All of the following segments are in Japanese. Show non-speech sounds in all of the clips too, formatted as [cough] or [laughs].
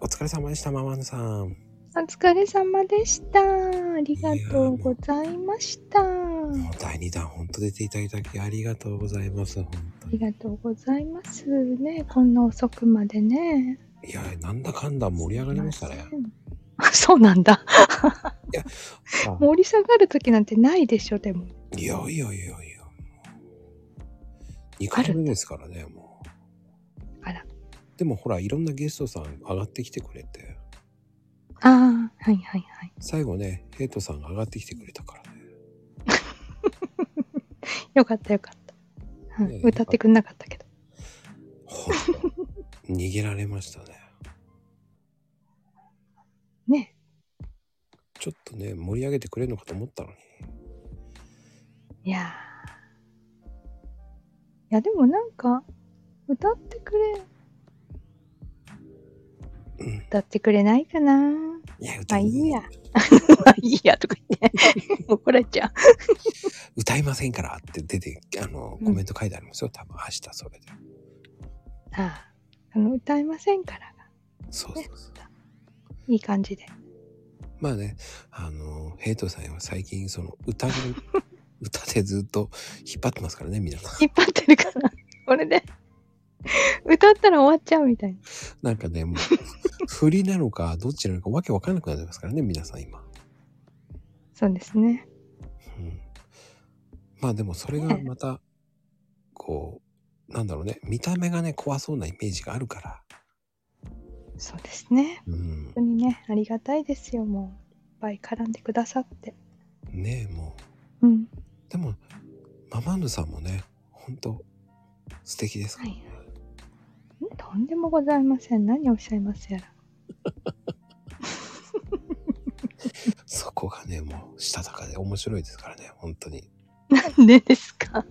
お疲れ様でした、ママンさん。お疲れ様でした。ありがとうございました。もあう第2弾、本当出ていただきありがとうございます。本当にりがとうございますね。こんな遅くまでね。いや、なんだかんだ盛り上がりましたね。あ [laughs] そうなんだ。あ盛り下がる時なんてないでしょ、でも。いやいやいやいや。2回目ですからね、もう。あら。でもほら、いろんなゲストさん上がってきてくれて、ああ、はいはいはい。最後ね、ヘイトさんが上がってきてくれたからね。よかったよかった。うんねえ歌ってくんなかったけど。ほんと逃げられましたね。 [laughs] ねちょっとね、盛り上げてくれるのかと思ったのに。いやーいや、でもなんか、歌ってくれ、うん歌ってくれないかな。いや、歌まあいいいや。まあ [laughs] いいやとか言って、 [laughs] 怒られちゃう。歌いませんからって出て、あの、うんコメント書いてありますよ。多分明日それで。ああ、あの歌えませんからがそうそうそう。いい感じで。まあね、あの、ヘイトさんは最近、その、歌で、 [laughs] 歌でずっと引っ張ってますからね、皆さん。引っ張ってるから、これで。歌ったら終わっちゃうみたいな。なんかね、もう、振りなのか、どっちなのか、わけわかんなくなってますからね、皆さん今。そうですね。うん。まあでも、それがまた、こう、なんだろうね、見た目がね、怖そうなイメージがあるから。そうですね。うん本当。にね、ありがたいですよ、もう。いっぱい絡んでくださって。ねえ、もうん。う。でも、ママンヌさんもね、ほんと、素敵ですからね。はいとんでもございません。何をおっしゃいますやら。そこがね、もう、したたかで面白いですからね、本当に。なんでですか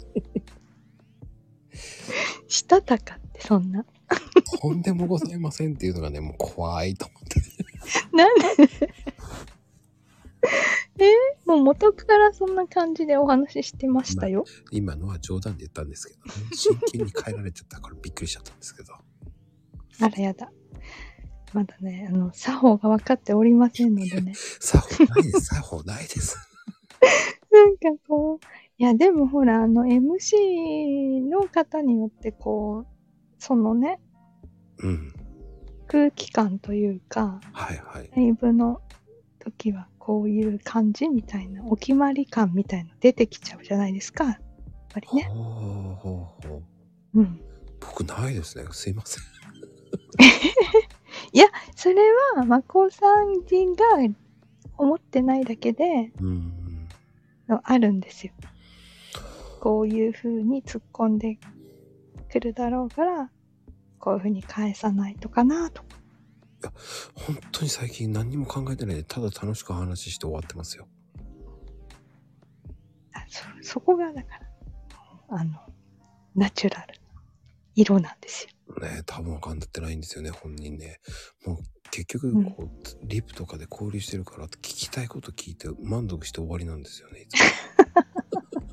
[laughs] したたかってそんな。とんでもございませんっていうのがね、もう怖いと思って。なんでえもう元からそんな感じでお話ししてましたよ。今のは冗談で言ったんですけどね、真剣に変えられちゃったからびっくりしちゃったんですけど。あらやだ。まだね、あの、作法が分かっておりませんので [laughs] ね。作法ないです、作法ないです。なんかこう、いやでもほら、あの、MC の方によってこう、そのね、うん。空気感というか、はいはい。ライブの時はこういう感じみたいな、お決まり感みたいな出てきちゃうじゃないですか。やっぱりほうね。ほうほう。うん。僕ないですね、すいません。それは、まこさん人が思ってないだけで、うん。のあるんですよ。こういう風に突っ込んでくるだろうから、こういう風に返さないとかなとか。本当に最近何にも考えてないで、ただ楽しく話して終わってますよ。あそそこがだから、あの、ナチュラルな色なんですよ。ね多分分かんなってないんですよね本人ねもう結局うんこう、リップとかで交流してるから聞きたいこと聞いて満足して終わりなんですよねいつも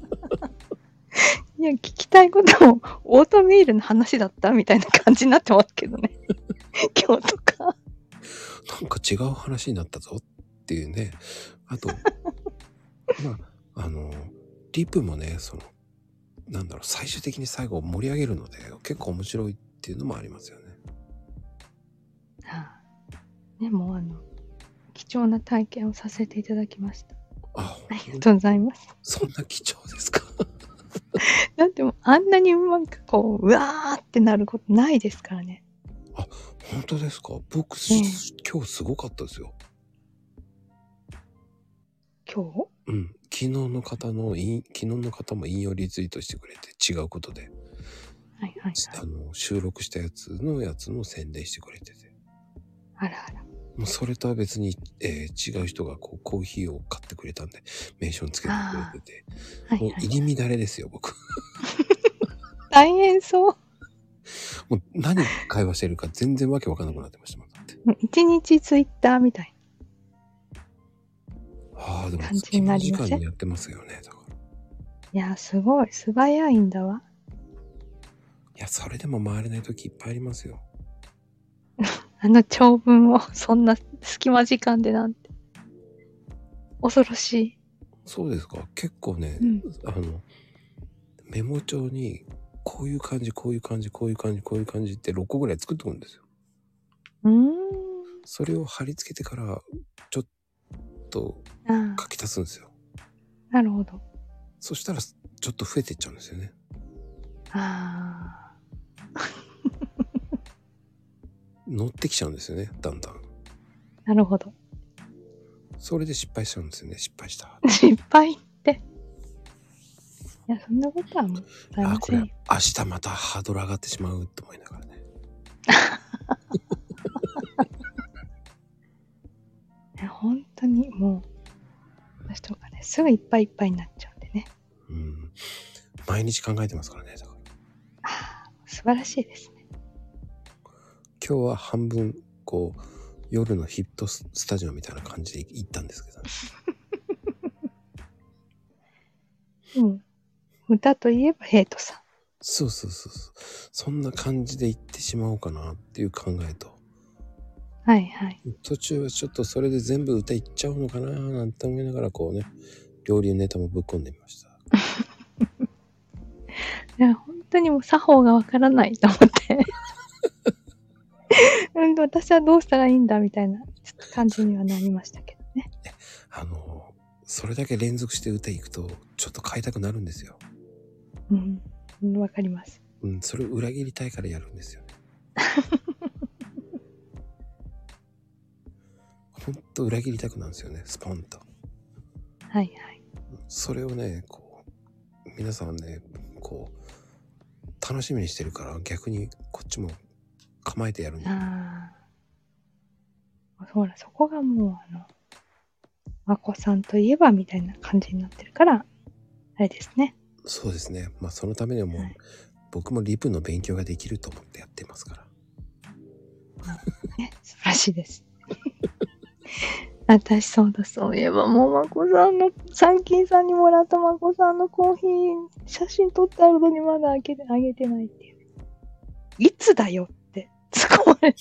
[laughs] いや、聞きたいこともオートミールの話だったみたいな感じになってますけどね。 [laughs] 今日とか。なんか違う話になったぞっていうねあと [laughs] まああのリップもねそのなんだろう最終的に最後盛り上げるので結構面白いっていうのもありますよねああね、もうあの、貴重な体験をさせていただきました。ああり本当がにとうございます。そんな貴重ですか [laughs] だってもうあんなにうまくこう、うわーってなることないですからね。本当ですか僕、ええ今日すごかったですよ今日うん、昨日の方の引昨日の方も引用リツイートしてくれて違うことで、はいはいはあい。の収録したやつのやつの宣伝してくれててあらあら。もうそれとは別に、えー違う人がこうコーヒーを買ってくれたんでメンションつけてくれててはいもうはい。入り乱れですよ僕 [laughs] 大変そう。もう何会話してるか全然わけわかんなくなってましたもんだってもう一日ツイッターみたいああでも感じになりません時間にやってますよねだからな。いやー、すごい。素早いんだわ。いやそれでも回れない時いっぱいありますよあの長文をそんな隙間時間でなんて。恐ろしそうですか結構ね、うんあのメモ帳にこういう感じこういう感じこういう感じこういう感じって6個ぐらい作っておくんですよい。うーん。それを貼り付けてからちょっとああ書き足すんですよなるほど。そしたらちょっと増えてっちゃうんですよねああ。乗ってきちゃうんですよねだんだんなるほど。 [laughs] それで失敗しちゃうんですよね失敗した失敗って。いや、そんなことはもったいあまこせれん明よ。日またハードル上がってしまうと思いながらねね本当にもう、私とかね、すぐいっぱいいっぱいになっちゃうんでね。うん毎日考えてますからねだからああ、素晴らしいですね。今日は半分こう夜のヒットススタジオみたいな感じで行ったんですけどね、でも、歌といえばヘイトさん。そうそうそうそうそんな感じで行ってしまおうかなっていう考えとはいはい。途中はちょっとそれで全部歌いっちゃうのかななんて思いながらこうね料理ネタもぶっ込んでみましたいや、本当にもう作法がわからないと思って。 [laughs] うん、私はどうしたらいいんだみたいな感じにはなりましたけどね。あのそれだけ連続して歌いくとちょっと買いたくなるんですようんうん、わかります。うんそれを裏切りたいからやるんですよねほんと裏切りたくなるんですよねスポンとはいはい。それをねこう皆さんねこう楽しみにしてるから逆にこっちも構えてやるんだああ。ほら、そこがもう、あの、まこさんといえばみたいな感じになってるから、あれですね。そうですねまあそのためにはもう、はい僕もリプの勉強ができると思ってやってますからね素晴らしいです。 [laughs] 私そうだそういえばもうまこさんの三金さんにもらったまこさんのコーヒー写真撮ってあるのにまだ開けてあげてないっていういつだよって突っ込まれた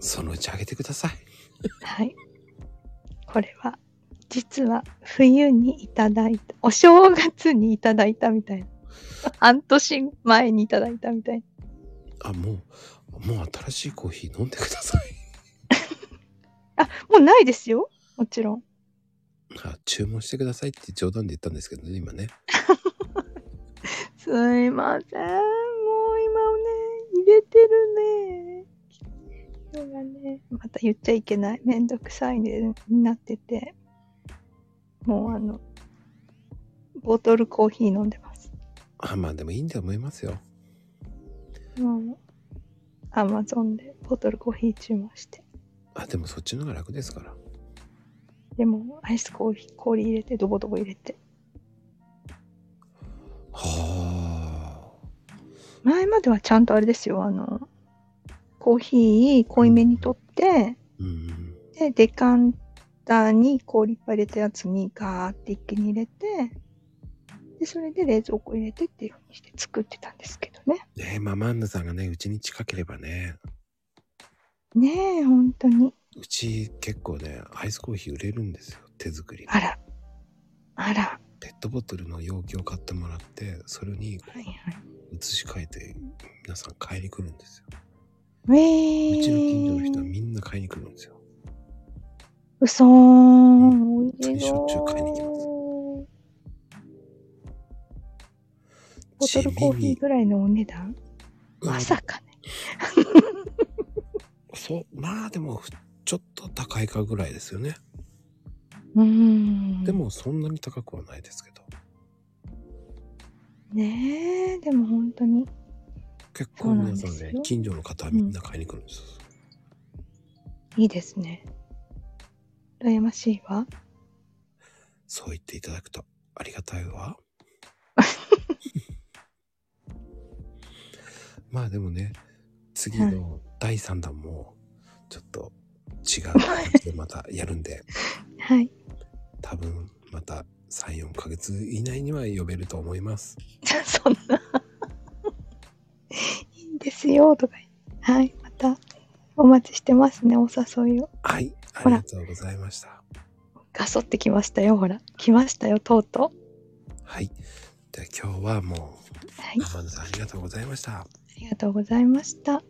そのうちあげてくださいはいこれは実は冬にいただいたお正月にいただいたみたいな半年前にいただいたみたいなあもうもう新しいコーヒー飲んでください [laughs] もうないですよもちろんあ注文してくださいって冗談で言ったんですけどね今ねすいません。もう今ね、入れてるね。人がね、また言っちゃいけない。めんどくさいね、になってて。もうあの、ボトルコーヒー飲んでます。あまあでもいいんだと思いますよもう、アマゾンでボトルコーヒー注文して。あでもそっちの方が楽ですからでも、アイスコーヒー、氷入れて、ドボドボ入れて。はあ前まではちゃんとあれですよ、あの、コーヒー濃いめにとって、うんで、デカンターに氷いっぱい入れたやつにガーって一気に入れて、で、それで冷蔵庫入れてっていうふうにして作ってたんですけどね。ねえママンヌさんがねうちに近ければねねえ、本当に。うち結構ねアイスコーヒー売れるんですよ手作りのあら。あら。ペットボトルの容器を買ってもらってそれにはいは移し替えて皆さん買いに来るんですよい。ええー。うちの近所の人はみんな買いに来るんですようそー。当にしょっちゅう買いに行きますボトルコー地味ヒにーぐらいのお値段まさかね。うんそうまあでもちょっと高いかぐらいですよねうーん。で。もそんなに高くはないですけどねえ、でも本当に。結構皆さそんうなんでねすよ近所の方はみんな買いに来るんですよ、いいですね。羨ましいわ。そう言っていただくとありがたい [laughs] わ。まあでもね、次の第3弾もちょっと違う形でまたやるんで、はい。 [laughs] 多分また3、4ヶ月以内には呼べると思います。そんな。いいんですよ、とか言って。はい、またお待ちしてますね、お誘いを。はい、あほりらがとうございました。ガソってきましたよ、ほら。来ましたよ、とうとはい。では今日はもう。はう、い、あ天野さんありがとうございました。りがとうございました。